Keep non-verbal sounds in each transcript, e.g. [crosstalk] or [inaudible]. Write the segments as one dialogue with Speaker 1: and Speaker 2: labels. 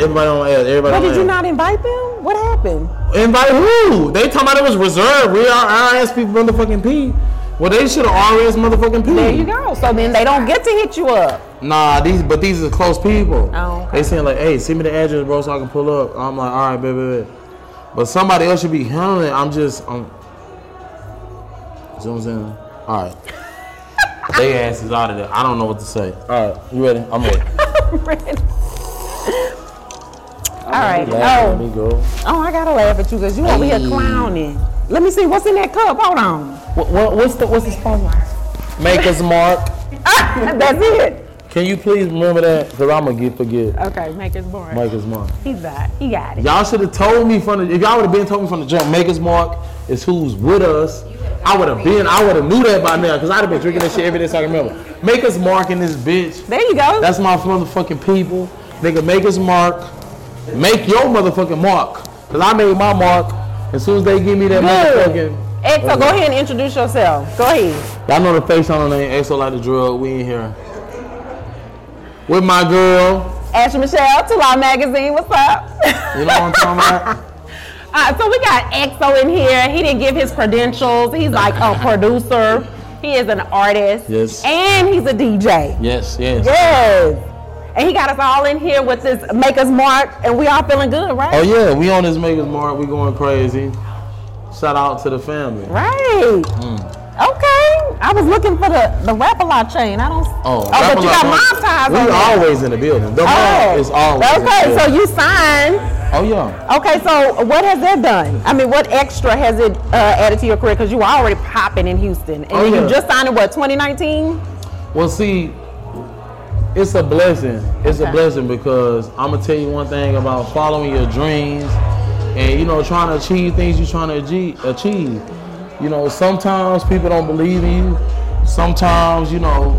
Speaker 1: everybody on air. Everybody
Speaker 2: But
Speaker 1: on
Speaker 2: did you
Speaker 1: air.
Speaker 2: not invite them? What happened?
Speaker 1: Invite who? They talking about it was reserved. We are RS people motherfucking P. Well, they should have RS motherfucking P.
Speaker 2: There you go. So then they don't get to hit you up.
Speaker 1: Nah, these but these are close people.
Speaker 2: Oh, okay.
Speaker 1: They saying like, hey, send me the address, bro, so I can pull up. I'm like, all right, baby, baby. But somebody else should be handling it. I'm just, I'm. See what I'm saying? All right. [laughs] they ass is out of there. I don't know what to say. All right, you ready?
Speaker 2: [laughs]
Speaker 1: I'm ready.
Speaker 2: All right.
Speaker 1: Let me
Speaker 2: Oh,
Speaker 1: go.
Speaker 2: oh, I gotta laugh at you because you over here
Speaker 1: Hey.
Speaker 2: clowning. Let me see what's in that cup. Hold on.
Speaker 1: What, what, what's the what's the sponsor? Make us mark.
Speaker 2: [laughs] That's it.
Speaker 1: Can you please remember that? Cause I'ma get forget.
Speaker 2: Okay, make us boring.
Speaker 1: Make us mark.
Speaker 2: He's got. He got it.
Speaker 1: Y'all should have told me from the if y'all would have been told me from the jump, Maker's Mark is who's with us. I would have been, I would have knew that by now, because I'd have been drinking that shit every day so I can remember. Maker's Mark in this bitch.
Speaker 2: There you go.
Speaker 1: That's my motherfucking people. Nigga, Maker's Mark. Make your motherfucking mark. Cause I made my mark. As soon as they give me that
Speaker 2: Good.
Speaker 1: motherfucking
Speaker 2: Ed, so go ahead and introduce yourself. Go ahead.
Speaker 1: Y'all know the face on the name, EXO like the drug, we in here. With my girl.
Speaker 2: Ashley Michelle, to Law Magazine. What's up?
Speaker 1: You know what I'm talking about?
Speaker 2: Uh, so we got EXO in here. He didn't give his credentials. He's like
Speaker 1: [laughs]
Speaker 2: a producer. He is an artist.
Speaker 1: Yes.
Speaker 2: And he's a DJ.
Speaker 1: [laughs] Yes, yes.
Speaker 2: Yes. And he got us all in here with this Make Us Mark, and we all feeling good, right?
Speaker 1: Oh yeah, we on this Maker's Mark. We going crazy. Shout out to the family.
Speaker 2: Right.
Speaker 1: Mm.
Speaker 2: Okay. I was looking for the, the Rapalot chain. I don't.
Speaker 1: Oh,
Speaker 2: but
Speaker 1: Rapalot
Speaker 2: you got mob
Speaker 1: Mark.
Speaker 2: ties on
Speaker 1: We
Speaker 2: there.
Speaker 1: always in the building. The
Speaker 2: Oh.
Speaker 1: mom is always. in the
Speaker 2: Okay, so
Speaker 1: building.
Speaker 2: you signed.
Speaker 1: Oh yeah.
Speaker 2: Okay, so what has that done? I mean, what extra has it uh, added to your career? Because you were already popping in Houston, and
Speaker 1: Oh,
Speaker 2: then
Speaker 1: yeah.
Speaker 2: you just signed in what 2019?
Speaker 1: Well, see, it's a blessing. It's
Speaker 2: Okay.
Speaker 1: a blessing because I'm gonna tell you one thing about following your dreams and you know trying to achieve things you're trying to achieve. achieve. You know, sometimes people don't believe in you. Sometimes you know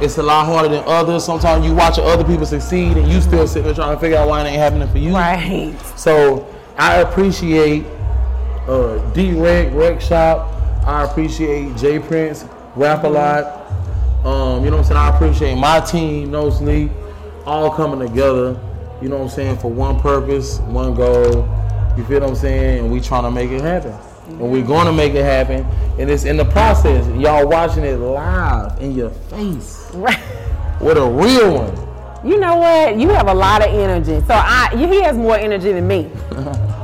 Speaker 1: it's a lot harder than others. Sometimes you watch other people succeed and you still sitting there trying to figure out why it ain't happening for you.
Speaker 2: Right.
Speaker 1: So I appreciate uh, D Reg Rec Shop. I appreciate J Prince Rap a lot. Um, you know what I'm saying? I appreciate my team, No Sleep, all coming together. You know what I'm saying? For one purpose, one goal. You feel what I'm saying? And we trying to make it happen. And we're going to make it happen. And it's in the process. Y'all watching it live in your face
Speaker 2: [laughs] Right.
Speaker 1: with a real one.
Speaker 2: You know what? You have a lot of energy. So I, he has more energy than
Speaker 1: [laughs]
Speaker 2: me.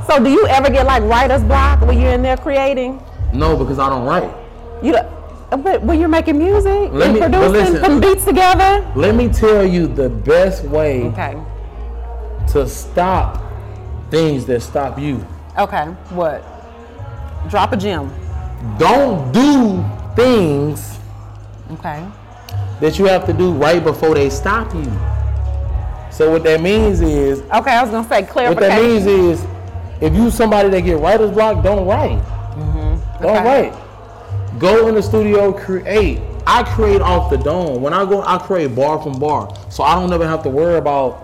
Speaker 2: so do you ever get like writer's block when you're in there creating?
Speaker 1: No, because I don't write.
Speaker 2: You, don't- but when you're making music
Speaker 1: Let
Speaker 2: and
Speaker 1: me- but
Speaker 2: producing,
Speaker 1: listen.
Speaker 2: putting beats together.
Speaker 1: Let me tell you the best way
Speaker 2: Okay.
Speaker 1: to stop things that stop you.
Speaker 2: Okay. What? Drop a gem.
Speaker 1: Don't do things
Speaker 2: Okay.
Speaker 1: that you have to do right before they stop you. So what that means is,
Speaker 2: Okay, I was gonna say clarification.
Speaker 1: what that means is, if you somebody that get writer's block, don't write. Don't
Speaker 2: Okay.
Speaker 1: write. Go in the studio, create. I create off the dome. When I go, I create bar from bar, so I don't ever have to worry about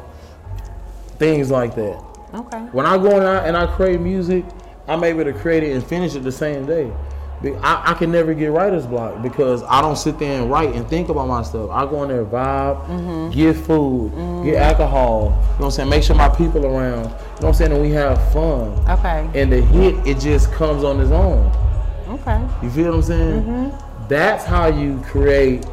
Speaker 1: things like that.
Speaker 2: Okay.
Speaker 1: When I go in out and I create music, I'm able to create it and finish it the same day. Be- I, I can never get writer's block because I don't sit there and write and think about my stuff. I go in there, vibe, get food, get alcohol. You know what I'm saying? Make sure my people around. You know what I'm saying? And we have fun.
Speaker 2: Okay.
Speaker 1: And the hit, it just comes on its own.
Speaker 2: Okay.
Speaker 1: You feel what I'm saying?
Speaker 2: Mm-hmm.
Speaker 1: That's how you create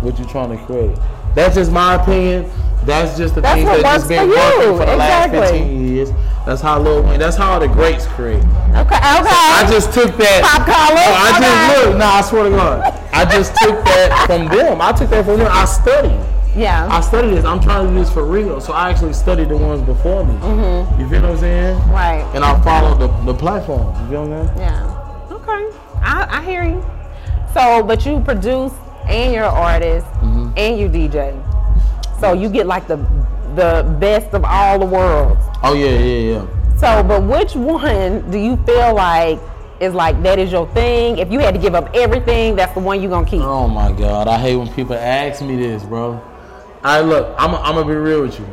Speaker 1: what you're trying to create. That's just my opinion. That's just the
Speaker 2: That's
Speaker 1: thing
Speaker 2: what works
Speaker 1: that's just been
Speaker 2: for you.
Speaker 1: working for the last
Speaker 2: Exactly.
Speaker 1: 15 years. That's how Lil Wayne. That's how the greats create.
Speaker 2: Okay. Okay.
Speaker 1: I just took that.
Speaker 2: Pop collar.
Speaker 1: No, I just
Speaker 2: Okay.
Speaker 1: look. Nah, I swear to God. I just took that from them. I took that from them. I studied.
Speaker 2: Yeah.
Speaker 1: I studied this. I'm trying to do this for real. So I actually studied the ones before me.
Speaker 2: Mm-hmm.
Speaker 1: You feel what I'm saying?
Speaker 2: right.
Speaker 1: And I followed the, the platform. You feel what I'm saying?
Speaker 2: Yeah. Okay. I, I hear you. So, but you produce and you're an artist
Speaker 1: Mm-hmm.
Speaker 2: and you DJ. So you get like the the best of all the worlds.
Speaker 1: Oh yeah, yeah, yeah.
Speaker 2: So, but which one do you feel like is like that is your thing? If you had to give up everything, that's the one you're gonna keep.
Speaker 1: Oh my God, I hate when people ask me this, bro. I look, I'm gonna be real with you.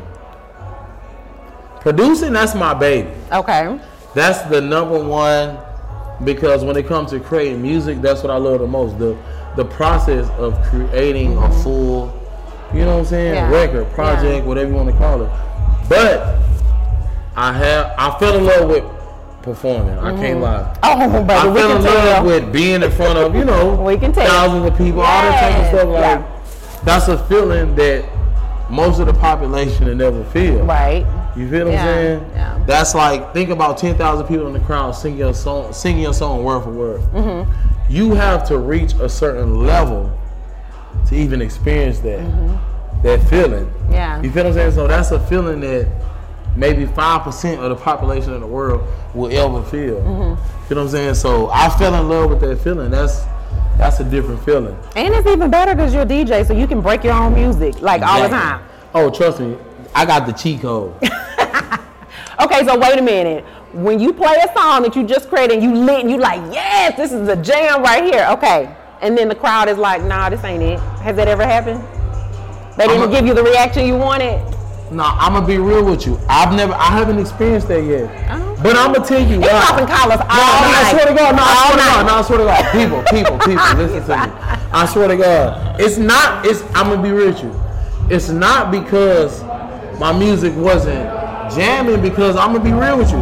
Speaker 1: Producing, that's my baby.
Speaker 2: Okay.
Speaker 1: That's the number one because when it comes to creating music, that's what I love the most. The the process of creating a full, you know what I'm saying,
Speaker 2: Mm-hmm. Yeah.
Speaker 1: record, project,
Speaker 2: Yeah.
Speaker 1: whatever you want to call it. But I have I fell in love with performing. I can't lie.
Speaker 2: Oh, [laughs]
Speaker 1: I
Speaker 2: but we
Speaker 1: fell
Speaker 2: can
Speaker 1: in love
Speaker 2: tell.
Speaker 1: with being in front of you know
Speaker 2: We can tell.
Speaker 1: thousands of people, all that type of
Speaker 2: Yes,
Speaker 1: stuff. Like
Speaker 2: yeah.
Speaker 1: that's a feeling that most of the population will never feel.
Speaker 2: right.
Speaker 1: You feel what
Speaker 2: Yeah,
Speaker 1: I'm saying?
Speaker 2: yeah.
Speaker 1: That's like think about ten thousand people in the crowd singing your song, singing your song word for word.
Speaker 2: Mm-hmm.
Speaker 1: You have to reach a certain level to even experience that that feeling.
Speaker 2: Mm-hmm. Yeah.
Speaker 1: You feel what I'm saying? So that's a feeling that maybe five percent of the population in the world will ever feel.
Speaker 2: Mm-hmm.
Speaker 1: You know what I'm saying? So I fell in love with that feeling. That's that's a different feeling.
Speaker 2: And it's even better because you're a DJ, so you can break your own music like all the
Speaker 1: Exactly.
Speaker 2: time.
Speaker 1: Oh, trust me, I got the cheat code.
Speaker 2: Okay, so wait a minute. When you play a song that you just created and you lit and you like, yes, this is a jam right here. Okay. And then the crowd is like, nah, this ain't it. Has that ever happened? They didn't
Speaker 1: I'm a-
Speaker 2: give you the reaction you wanted?
Speaker 1: Nah, I'm gonna be real with you. I've never, I haven't experienced that yet.
Speaker 2: Oh.
Speaker 1: But I'm gonna tell you
Speaker 2: They popping
Speaker 1: why.
Speaker 2: collars all
Speaker 1: No, no, I
Speaker 2: night.
Speaker 1: swear to God, no, I
Speaker 2: all
Speaker 1: swear to
Speaker 2: night.
Speaker 1: God, no, I swear to God. People,
Speaker 2: [laughs]
Speaker 1: people, people, listen to me. I swear to God, it's not. It's I'm gonna be real with you. It's not because my music wasn't jamming. Because I'm gonna be real with you.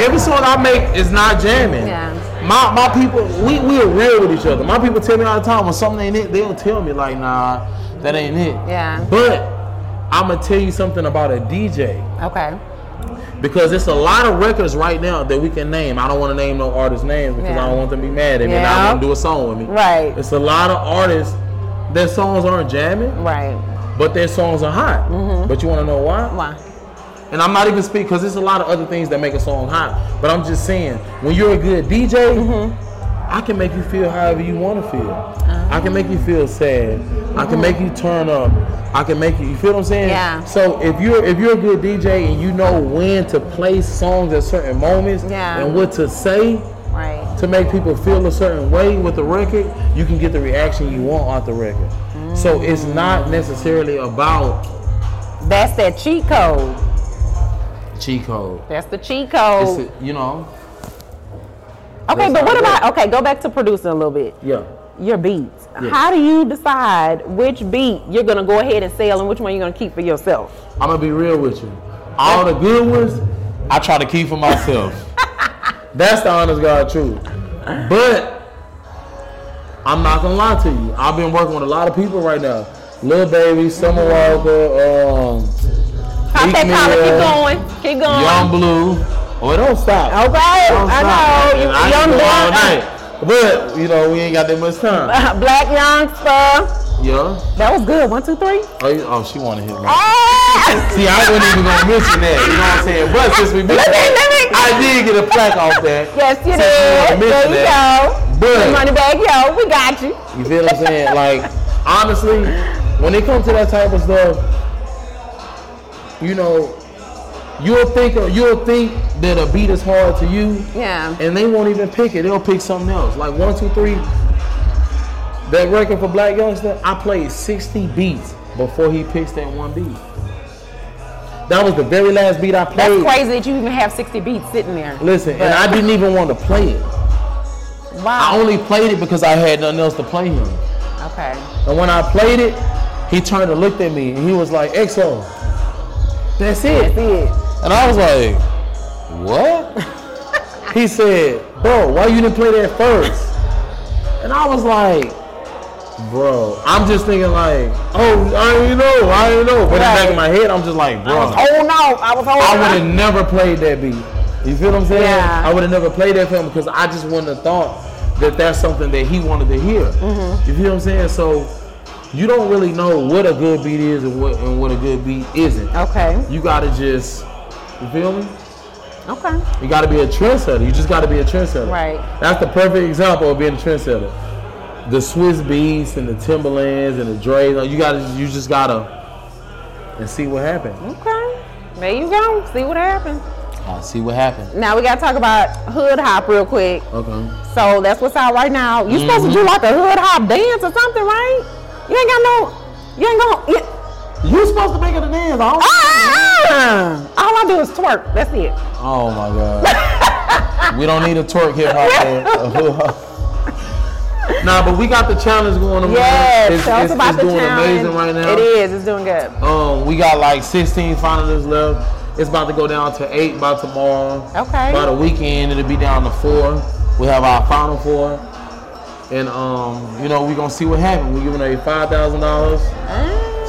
Speaker 1: Every song I make is not jamming.
Speaker 2: Yeah.
Speaker 1: My my people, we we are real with each other. My people tell me all the time when something ain't it, they'll tell me like, nah, that ain't it.
Speaker 2: Yeah.
Speaker 1: But I'm gonna tell you something about a DJ
Speaker 2: Okay.
Speaker 1: because it's a lot of records right now that we can name. I don't want to name no artist names because I
Speaker 2: Yeah.
Speaker 1: don't want them to be mad at me. and I
Speaker 2: Yeah.
Speaker 1: don't want to do a song with me.
Speaker 2: Right.
Speaker 1: It's a lot of artists. Their songs aren't jamming,
Speaker 2: Right.
Speaker 1: but their songs are hot.
Speaker 2: Mm-hmm.
Speaker 1: But you want to know why?
Speaker 2: Why?
Speaker 1: And I'm not even speaking because there's a lot of other things that make a song hot. But I'm just saying, when you're a good DJ,
Speaker 2: Mm-hmm.
Speaker 1: I can make you feel however you want to feel.
Speaker 2: Uh-huh.
Speaker 1: I can make you feel sad. I can make you turn up. I can make you. You feel what I'm saying?
Speaker 2: Yeah.
Speaker 1: So if you're if you're a good DJ and you know when to play songs at certain moments
Speaker 2: Yeah.
Speaker 1: and what to say
Speaker 2: Right.
Speaker 1: to make people feel a certain way with the record, you can get the reaction you want off the record. So it's not necessarily about
Speaker 2: That's that cheat code.
Speaker 1: cheat code.
Speaker 2: That's the cheat
Speaker 1: It's
Speaker 2: code.
Speaker 1: a- you know.
Speaker 2: okay,
Speaker 1: that's
Speaker 2: but
Speaker 1: how
Speaker 2: what
Speaker 1: it
Speaker 2: about, okay, go back to producing a little bit.
Speaker 1: Yeah.
Speaker 2: Your beats.
Speaker 1: Yeah.
Speaker 2: How do you decide which beat you're going to go ahead and sell and which one you're going to keep for yourself?
Speaker 1: I'm gonna be real with you. All the good ones, I try to keep
Speaker 2: [laughs]
Speaker 1: for myself. That's the honest God truth. But I'm not gonna lie to you. I've been working with a lot of people right now. Lil Baby, Summer Walker, um,
Speaker 2: Pop that
Speaker 1: Meek
Speaker 2: collar, keep
Speaker 1: Mill,
Speaker 2: going, keep going.
Speaker 1: Young Blue. Oh, it don't stop.
Speaker 2: okay,
Speaker 1: Don't
Speaker 2: I
Speaker 1: stop.
Speaker 2: know.
Speaker 1: And I
Speaker 2: young
Speaker 1: can go all
Speaker 2: black, uh,
Speaker 1: night. But you know we ain't got that much
Speaker 2: [laughs]
Speaker 1: time.
Speaker 2: black youngster.
Speaker 1: Yeah.
Speaker 2: That was good. One, two, three.
Speaker 1: Oh, you- oh she wanna hit
Speaker 2: [laughs]
Speaker 1: me.
Speaker 2: Ah!
Speaker 1: See, I wasn't even gonna mention that. You know what I'm saying? But since we mentioned
Speaker 2: Let me- let me-
Speaker 1: that, I did get a plaque off that.
Speaker 2: yes, you
Speaker 1: Since
Speaker 2: did.
Speaker 1: we
Speaker 2: There
Speaker 1: mentioned
Speaker 2: you
Speaker 1: that.
Speaker 2: go.
Speaker 1: But-
Speaker 2: Your money back, yo. We got you.
Speaker 1: You feel what I'm saying? Like, honestly, when it comes to that type of stuff, you know, you'll think you'll think that a beat is hard to you,
Speaker 2: Yeah.
Speaker 1: and they won't even pick it. They'll pick something else. Like one, two, three. That record for Black Youngster, I played 60 beats before he picks that one beat. That was the very last beat I
Speaker 2: That's
Speaker 1: played.
Speaker 2: crazy that you even have 60 beats sitting there.
Speaker 1: Listen, and I didn't even want to play it. I
Speaker 2: Wow.
Speaker 1: only played it because I had nothing else to play him.
Speaker 2: Okay.
Speaker 1: And when I played it, he turned and looked at me and he was like, EXO, that's
Speaker 2: That's
Speaker 1: it.
Speaker 2: it.
Speaker 1: And I was like, what? he said, bro, why you didn't play that first? And I was like, bro, I'm just thinking like, oh, I don't even know, I don't even know. But in the back of my head, I'm just like, bro.
Speaker 2: Oh no, I was holding.
Speaker 1: I would have never played that beat. You feel what I'm saying?
Speaker 2: Yeah.
Speaker 1: I would have never played that film because I just wouldn't have thought that that's something that he wanted to hear.
Speaker 2: Mm-hmm.
Speaker 1: You feel what I'm saying? So you don't really know what a good beat is and what and what a good beat isn't.
Speaker 2: Okay.
Speaker 1: You gotta just, you feel me?
Speaker 2: Okay.
Speaker 1: You gotta be a trendsetter. You just gotta be a trendsetter.
Speaker 2: Right.
Speaker 1: That's the perfect example of being a trendsetter. The Swiss Beats and the Timberlands and the Dre, you gotta, you just gotta, and see what happens.
Speaker 2: Okay. There you go. See what happens.
Speaker 1: Uh, see what happens.
Speaker 2: Now we gotta talk about hood hop real quick.
Speaker 1: Okay.
Speaker 2: So that's what's out right now. You supposed to do
Speaker 1: Mm-hmm.
Speaker 2: like a hood hop dance or something, right? You ain't got no. You ain't gonna. You,
Speaker 1: You supposed to make it a dance. I don't-
Speaker 2: ah, ah, ah. All I do is twerk. That's it.
Speaker 1: Oh my god. we don't need a twerk hip
Speaker 2: [laughs]
Speaker 1: hop dance. nah, but we got the challenge going on.
Speaker 2: Yes.
Speaker 1: it's,
Speaker 2: Tell us
Speaker 1: it's,
Speaker 2: about
Speaker 1: it's
Speaker 2: the
Speaker 1: doing
Speaker 2: challenge.
Speaker 1: amazing right now.
Speaker 2: It is. It's doing good.
Speaker 1: Um, we got like 16 finalists left. It's about to go down to eight by tomorrow.
Speaker 2: Okay.
Speaker 1: By the weekend, it'll be down to four. We have our final four, and um, you know, we're gonna see what happens. We're giving away five thousand dollars.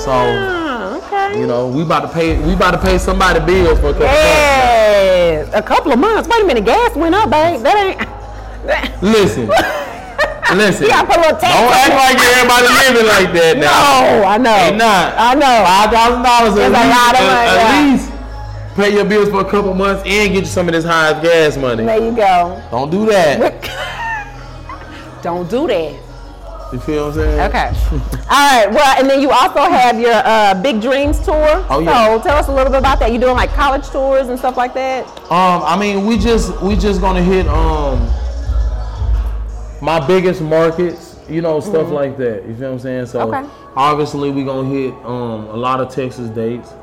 Speaker 1: So
Speaker 2: Ah, okay.
Speaker 1: Oh. you know, we about to pay. We about to pay somebody bills for a couple. bucks.
Speaker 2: Yes, a couple of months. Wait a minute, gas went up, babe. That ain't. [laughs] That, [laughs]
Speaker 1: Listen, listen.
Speaker 2: you gotta put a little
Speaker 1: Don't
Speaker 2: tax.
Speaker 1: act
Speaker 2: on it.
Speaker 1: like everybody living like that now.
Speaker 2: No, oh, I know.
Speaker 1: Ain't not.
Speaker 2: I know.
Speaker 1: Five thousand dollars at
Speaker 2: That's a
Speaker 1: least.
Speaker 2: lot of money,
Speaker 1: at,
Speaker 2: yeah.
Speaker 1: at least pay your bills for a couple months and get you some of this high gas money.
Speaker 2: There you go.
Speaker 1: Don't do that.
Speaker 2: Don't do that.
Speaker 1: You feel what I'm saying?
Speaker 2: Okay. All right. Well, and then you also have your uh, Big Dreams tour.
Speaker 1: Oh, yeah.
Speaker 2: So tell us a little bit about that. You doing like college tours and stuff like that?
Speaker 1: Um, I mean, we just we just gonna hit um my biggest markets, you know, stuff like that. You feel what I'm saying? So
Speaker 2: Mm-hmm. Okay.
Speaker 1: obviously we gonna hit um a lot of Texas dates.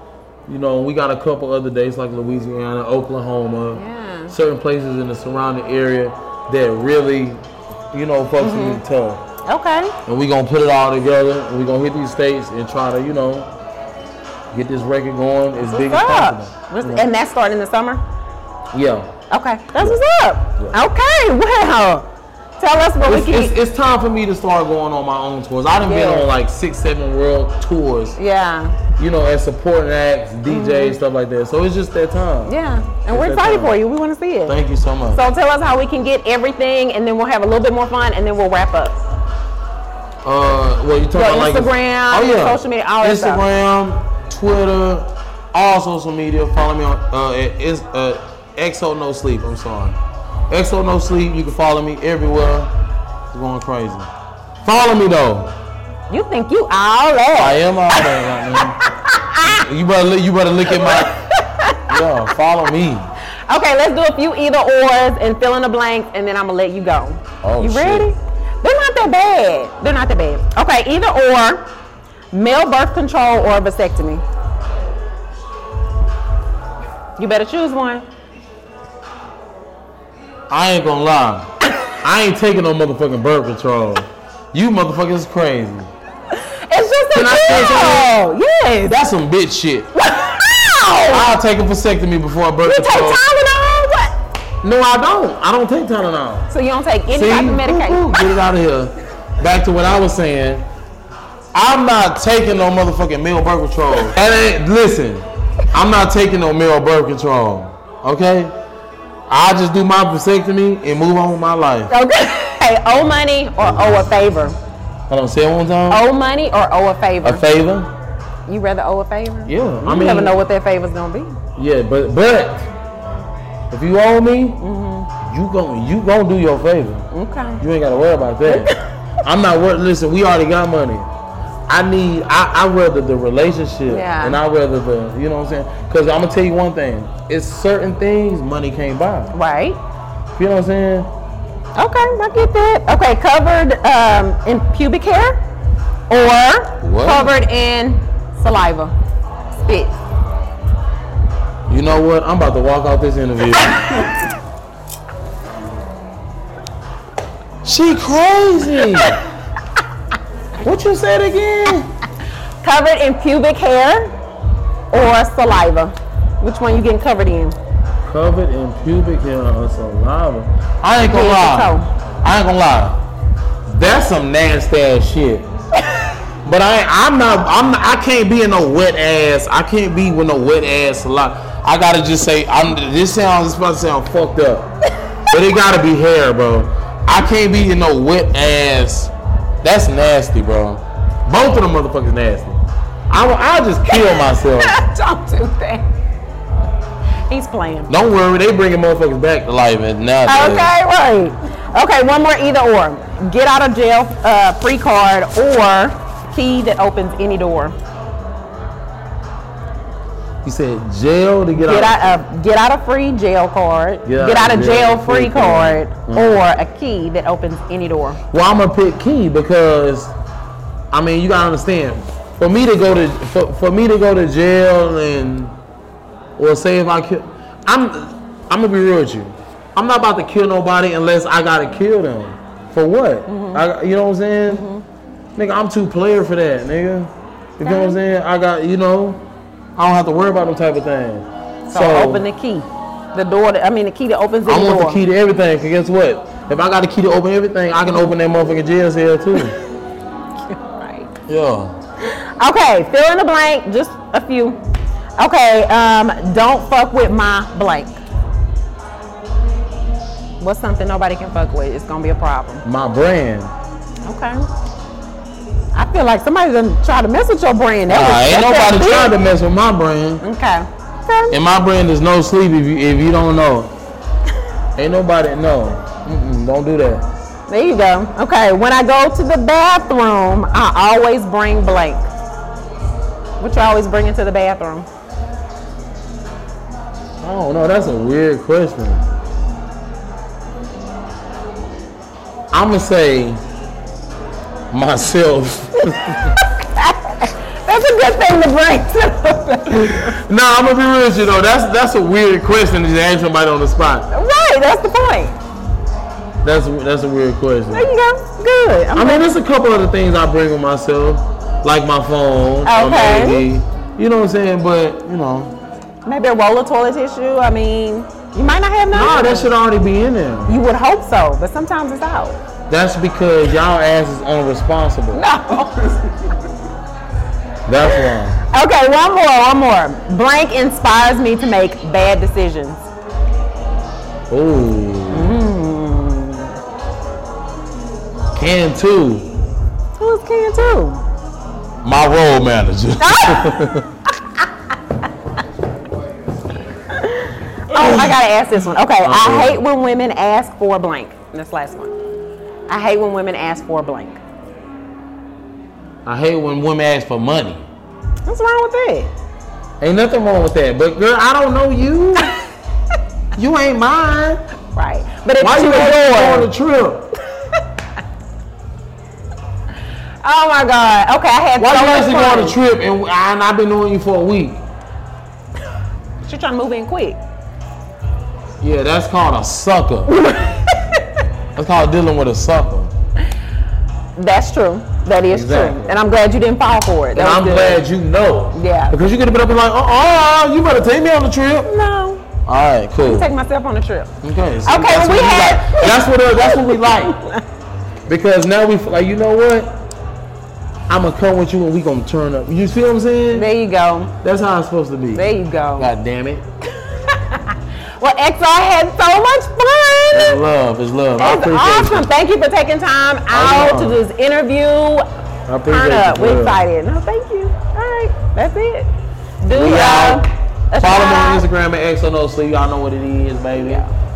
Speaker 1: You know, we got a couple other dates like Louisiana, Oklahoma,
Speaker 2: Yeah.
Speaker 1: certain places in the surrounding area that really, you know, folks
Speaker 2: Mm-hmm.
Speaker 1: need to tough.
Speaker 2: Okay.
Speaker 1: and we gonna put it all together. And we gonna hit these states and try to, you know, get this record going as big as
Speaker 2: What's up?
Speaker 1: possible.
Speaker 2: What's-
Speaker 1: you know?
Speaker 2: And that's starting the summer.
Speaker 1: yeah,
Speaker 2: Okay. That's what's up.
Speaker 1: Yeah.
Speaker 2: Okay. Well, tell us what
Speaker 1: it's,
Speaker 2: we can.
Speaker 1: it's, it's time for me to start going on my own tours. I done
Speaker 2: Yeah.
Speaker 1: been on like six, seven world tours,
Speaker 2: yeah.
Speaker 1: you know, as supporting acts, DJs, stuff like that. So it's just that time.
Speaker 2: Mm-hmm. Yeah. And we're
Speaker 1: It's that
Speaker 2: excited
Speaker 1: time.
Speaker 2: for you. We want to see it.
Speaker 1: Thank you so much.
Speaker 2: So tell us how we can get everything, and then we'll have a little bit more fun, and then we'll wrap up.
Speaker 1: Uh, well, you talking
Speaker 2: Your
Speaker 1: about like Oh,
Speaker 2: Instagram, social media, all that stuff.
Speaker 1: Instagram, Twitter, all social media. Follow me on uh, at, is- uh, XO No Sleep. I'm sorry, XO No Sleep. You can follow me everywhere. It's going crazy. Follow me though.
Speaker 2: You think you all
Speaker 1: I
Speaker 2: that?
Speaker 1: am all that right
Speaker 2: [laughs]
Speaker 1: now. You better look, you better look at my yeah. Follow me.
Speaker 2: Okay, let's do a few either ors and fill in the blanks, and then I'm gonna let you go.
Speaker 1: Oh,
Speaker 2: you
Speaker 1: shit.
Speaker 2: ready? They're not that bad. They're not that bad. Okay, either or, male birth control or vasectomy. You better choose one.
Speaker 1: I ain't gonna lie. I ain't taking no motherfucking birth control. You motherfuckers is crazy.
Speaker 2: It's just a
Speaker 1: Can I say
Speaker 2: deal. Yes. [laughs]
Speaker 1: [laughs] That's some bitch shit.
Speaker 2: Wow.
Speaker 1: I'll take a vasectomy before a birth
Speaker 2: You take
Speaker 1: control.
Speaker 2: Tylenol? What?
Speaker 1: No, I don't. I don't take Tylenol.
Speaker 2: So you don't take any
Speaker 1: See,
Speaker 2: type of
Speaker 1: Ooh, ooh,
Speaker 2: medication?
Speaker 1: get it out of here. Back to what I was saying. I'm not taking no motherfucking male birth control. That ain't. Listen, I'm not taking no male birth control. Okay, I just do my vasectomy and move on with my life.
Speaker 2: Okay. Owe money or owe a favor?
Speaker 1: Hold on, say it one time.
Speaker 2: Owe money or owe a favor?
Speaker 1: A favor?
Speaker 2: You rather owe a favor?
Speaker 1: Yeah.
Speaker 2: You
Speaker 1: I mean,
Speaker 2: never know what that favor's gonna be.
Speaker 1: Yeah, but but if you owe me,
Speaker 2: Mm-hmm.
Speaker 1: you gon' you gon' do your favor.
Speaker 2: Okay.
Speaker 1: You ain't gotta worry about that. I'm not worried. Listen, we already got money. I need. I I rather the relationship,
Speaker 2: Yeah.
Speaker 1: and I rather the. You know what I'm saying? Because I'm gonna tell you one thing. It's certain things money can't buy.
Speaker 2: Right.
Speaker 1: You know what I'm saying?
Speaker 2: Okay, I get that. Okay, covered um, in pubic hair or
Speaker 1: What?
Speaker 2: covered in saliva, spit.
Speaker 1: You know what? I'm about to walk out this interview. she crazy. what you said again?
Speaker 2: Covered in pubic hair or saliva. Which one you getting covered in? [laughs]
Speaker 1: Covered in pubic hair or saliva. I ain't gonna
Speaker 2: Head to
Speaker 1: lie. I ain't gonna lie. That's some nasty ass shit. [laughs] but I, I'm not. I'm. Not, I can't be in no wet ass. I can't be with no wet ass a lot. I gotta just say, I'm. This sounds. It's about to sound fucked up. [laughs] but it gotta be hair, bro. I can't be in no wet ass. That's nasty, bro. Both of them motherfuckers nasty. I, will- I'll just kill
Speaker 2: [laughs]
Speaker 1: myself.
Speaker 2: Don't do that. He's playing.
Speaker 1: Don't worry, they bringing motherfuckers back to life and now.
Speaker 2: Okay, right. Okay, one more either or. Get out of jail uh, free card or key that opens any door.
Speaker 1: You said jail to get,
Speaker 2: Get out of get out of free jail card. Get out, of jail, free card,
Speaker 1: Mm-hmm.
Speaker 2: or a key that opens any door.
Speaker 1: Well, I'm gonna pick Key because, I mean, you gotta understand. For me to go to for, for me to go to jail and or say if I kill, I'm I'm gonna be real with you. I'm not about to kill nobody unless I gotta kill them. For what?
Speaker 2: Mm-hmm.
Speaker 1: I, you know what I'm saying? Nigga, I'm too player for that, nigga. You know what I'm saying? I got you know, I don't have to worry about them type of things.
Speaker 2: So,
Speaker 1: So-
Speaker 2: open the key, the door. To, I mean, the key that opens the
Speaker 1: I
Speaker 2: door.
Speaker 1: want the key to everything. Cause guess what? If I got the key to open everything, I can open that motherfucking jail cell too.
Speaker 2: Right.
Speaker 1: [laughs] yeah.
Speaker 2: Okay, fill in the blank, just a few. Okay, um, don't fuck with my blank. What's something nobody can fuck with? It's gonna be a problem.
Speaker 1: My brand.
Speaker 2: Okay. I feel like somebody done try to mess with your brand. That was-
Speaker 1: Nah, ain't
Speaker 2: that
Speaker 1: nobody
Speaker 2: felt
Speaker 1: trying to mess with my brand.
Speaker 2: big. Okay. Okay.
Speaker 1: And my brand is no sleep if you if you don't know. [laughs] Ain't nobody no. Mm-mm, don't do that.
Speaker 2: There you go. Okay. When I go to the bathroom, I always bring blank. What you always bring into the bathroom?
Speaker 1: I don't know. That's a weird question. I'ma say myself. [laughs]
Speaker 2: That's a good thing to bring to the
Speaker 1: Nah, I'm gonna be real with you though. That's that's a weird question to ask somebody on the spot.
Speaker 2: Right, that's the point.
Speaker 1: That's that's a weird question.
Speaker 2: There you go. Good. I'm
Speaker 1: I mean, there's a couple other things I bring with myself, like my phone, or
Speaker 2: Okay.
Speaker 1: maybe. You know what I'm saying? But you know,
Speaker 2: Maybe a roll of toilet tissue. I mean, you might not have none.
Speaker 1: nah, that should already be in there.
Speaker 2: You would hope so, but sometimes it's
Speaker 1: [laughs]
Speaker 2: out.
Speaker 1: That's because y'all ass is unresponsible.
Speaker 2: No.
Speaker 1: That's
Speaker 2: okay, one more, one more. Blank inspires me to make bad decisions.
Speaker 1: why. Ooh.
Speaker 2: Mm.
Speaker 1: Can too.
Speaker 2: Who's can too?
Speaker 1: My role manager.
Speaker 2: Oh, I gotta ask this one. Okay,
Speaker 1: Oh,
Speaker 2: I hate when women ask for a blank. And this last one. I hate when women ask for a blank.
Speaker 1: I hate when women ask for money.
Speaker 2: What's wrong with that?
Speaker 1: Ain't nothing wrong with that. But girl, I don't know [laughs] you. you ain't mine.
Speaker 2: Right. But if
Speaker 1: Why you
Speaker 2: you
Speaker 1: ain't on
Speaker 2: adore.
Speaker 1: the trip?
Speaker 2: Oh my God. Okay, I had
Speaker 1: Why
Speaker 2: so
Speaker 1: you
Speaker 2: much
Speaker 1: actually go on
Speaker 2: fun.
Speaker 1: a trip and I, and I've been knowing you for a week?
Speaker 2: She trying to move in quick.
Speaker 1: Yeah, that's called
Speaker 2: [laughs]
Speaker 1: a sucker. that's called dealing with a sucker.
Speaker 2: That's true. That is
Speaker 1: Exactly.
Speaker 2: true. And I'm glad you didn't fall for it.
Speaker 1: And
Speaker 2: That was
Speaker 1: I'm
Speaker 2: good.
Speaker 1: glad you know.
Speaker 2: Yeah.
Speaker 1: Because you could have been up and like, oh, you better take me on the trip.
Speaker 2: No.
Speaker 1: All right, cool.
Speaker 2: Take myself on a trip.
Speaker 1: Okay. so
Speaker 2: Okay,
Speaker 1: that's
Speaker 2: well, we
Speaker 1: what
Speaker 2: had- [laughs]
Speaker 1: like. That's what uh, that's what we like. Because now we feel like, you know what? I'm gonna come with you and we gonna turn up. You see what I'm saying?
Speaker 2: There you go.
Speaker 1: That's how it's supposed to be.
Speaker 2: There you go.
Speaker 1: God damn it.
Speaker 2: Well, XR had so much
Speaker 1: It's
Speaker 2: fun.
Speaker 1: love. It's love. I
Speaker 2: It's
Speaker 1: appreciate
Speaker 2: awesome.
Speaker 1: you.
Speaker 2: Thank you for taking time out to do
Speaker 1: know.
Speaker 2: this interview.
Speaker 1: I appreciate
Speaker 2: Turn up.
Speaker 1: you.
Speaker 2: We're
Speaker 1: for real.
Speaker 2: excited. No, thank you. All right. That's it. Do
Speaker 1: We
Speaker 2: uh,
Speaker 1: out.
Speaker 2: a
Speaker 1: Follow me
Speaker 2: subscribe.
Speaker 1: on Instagram at XNO Sleep. Y'all know what it is, baby.
Speaker 2: Yeah.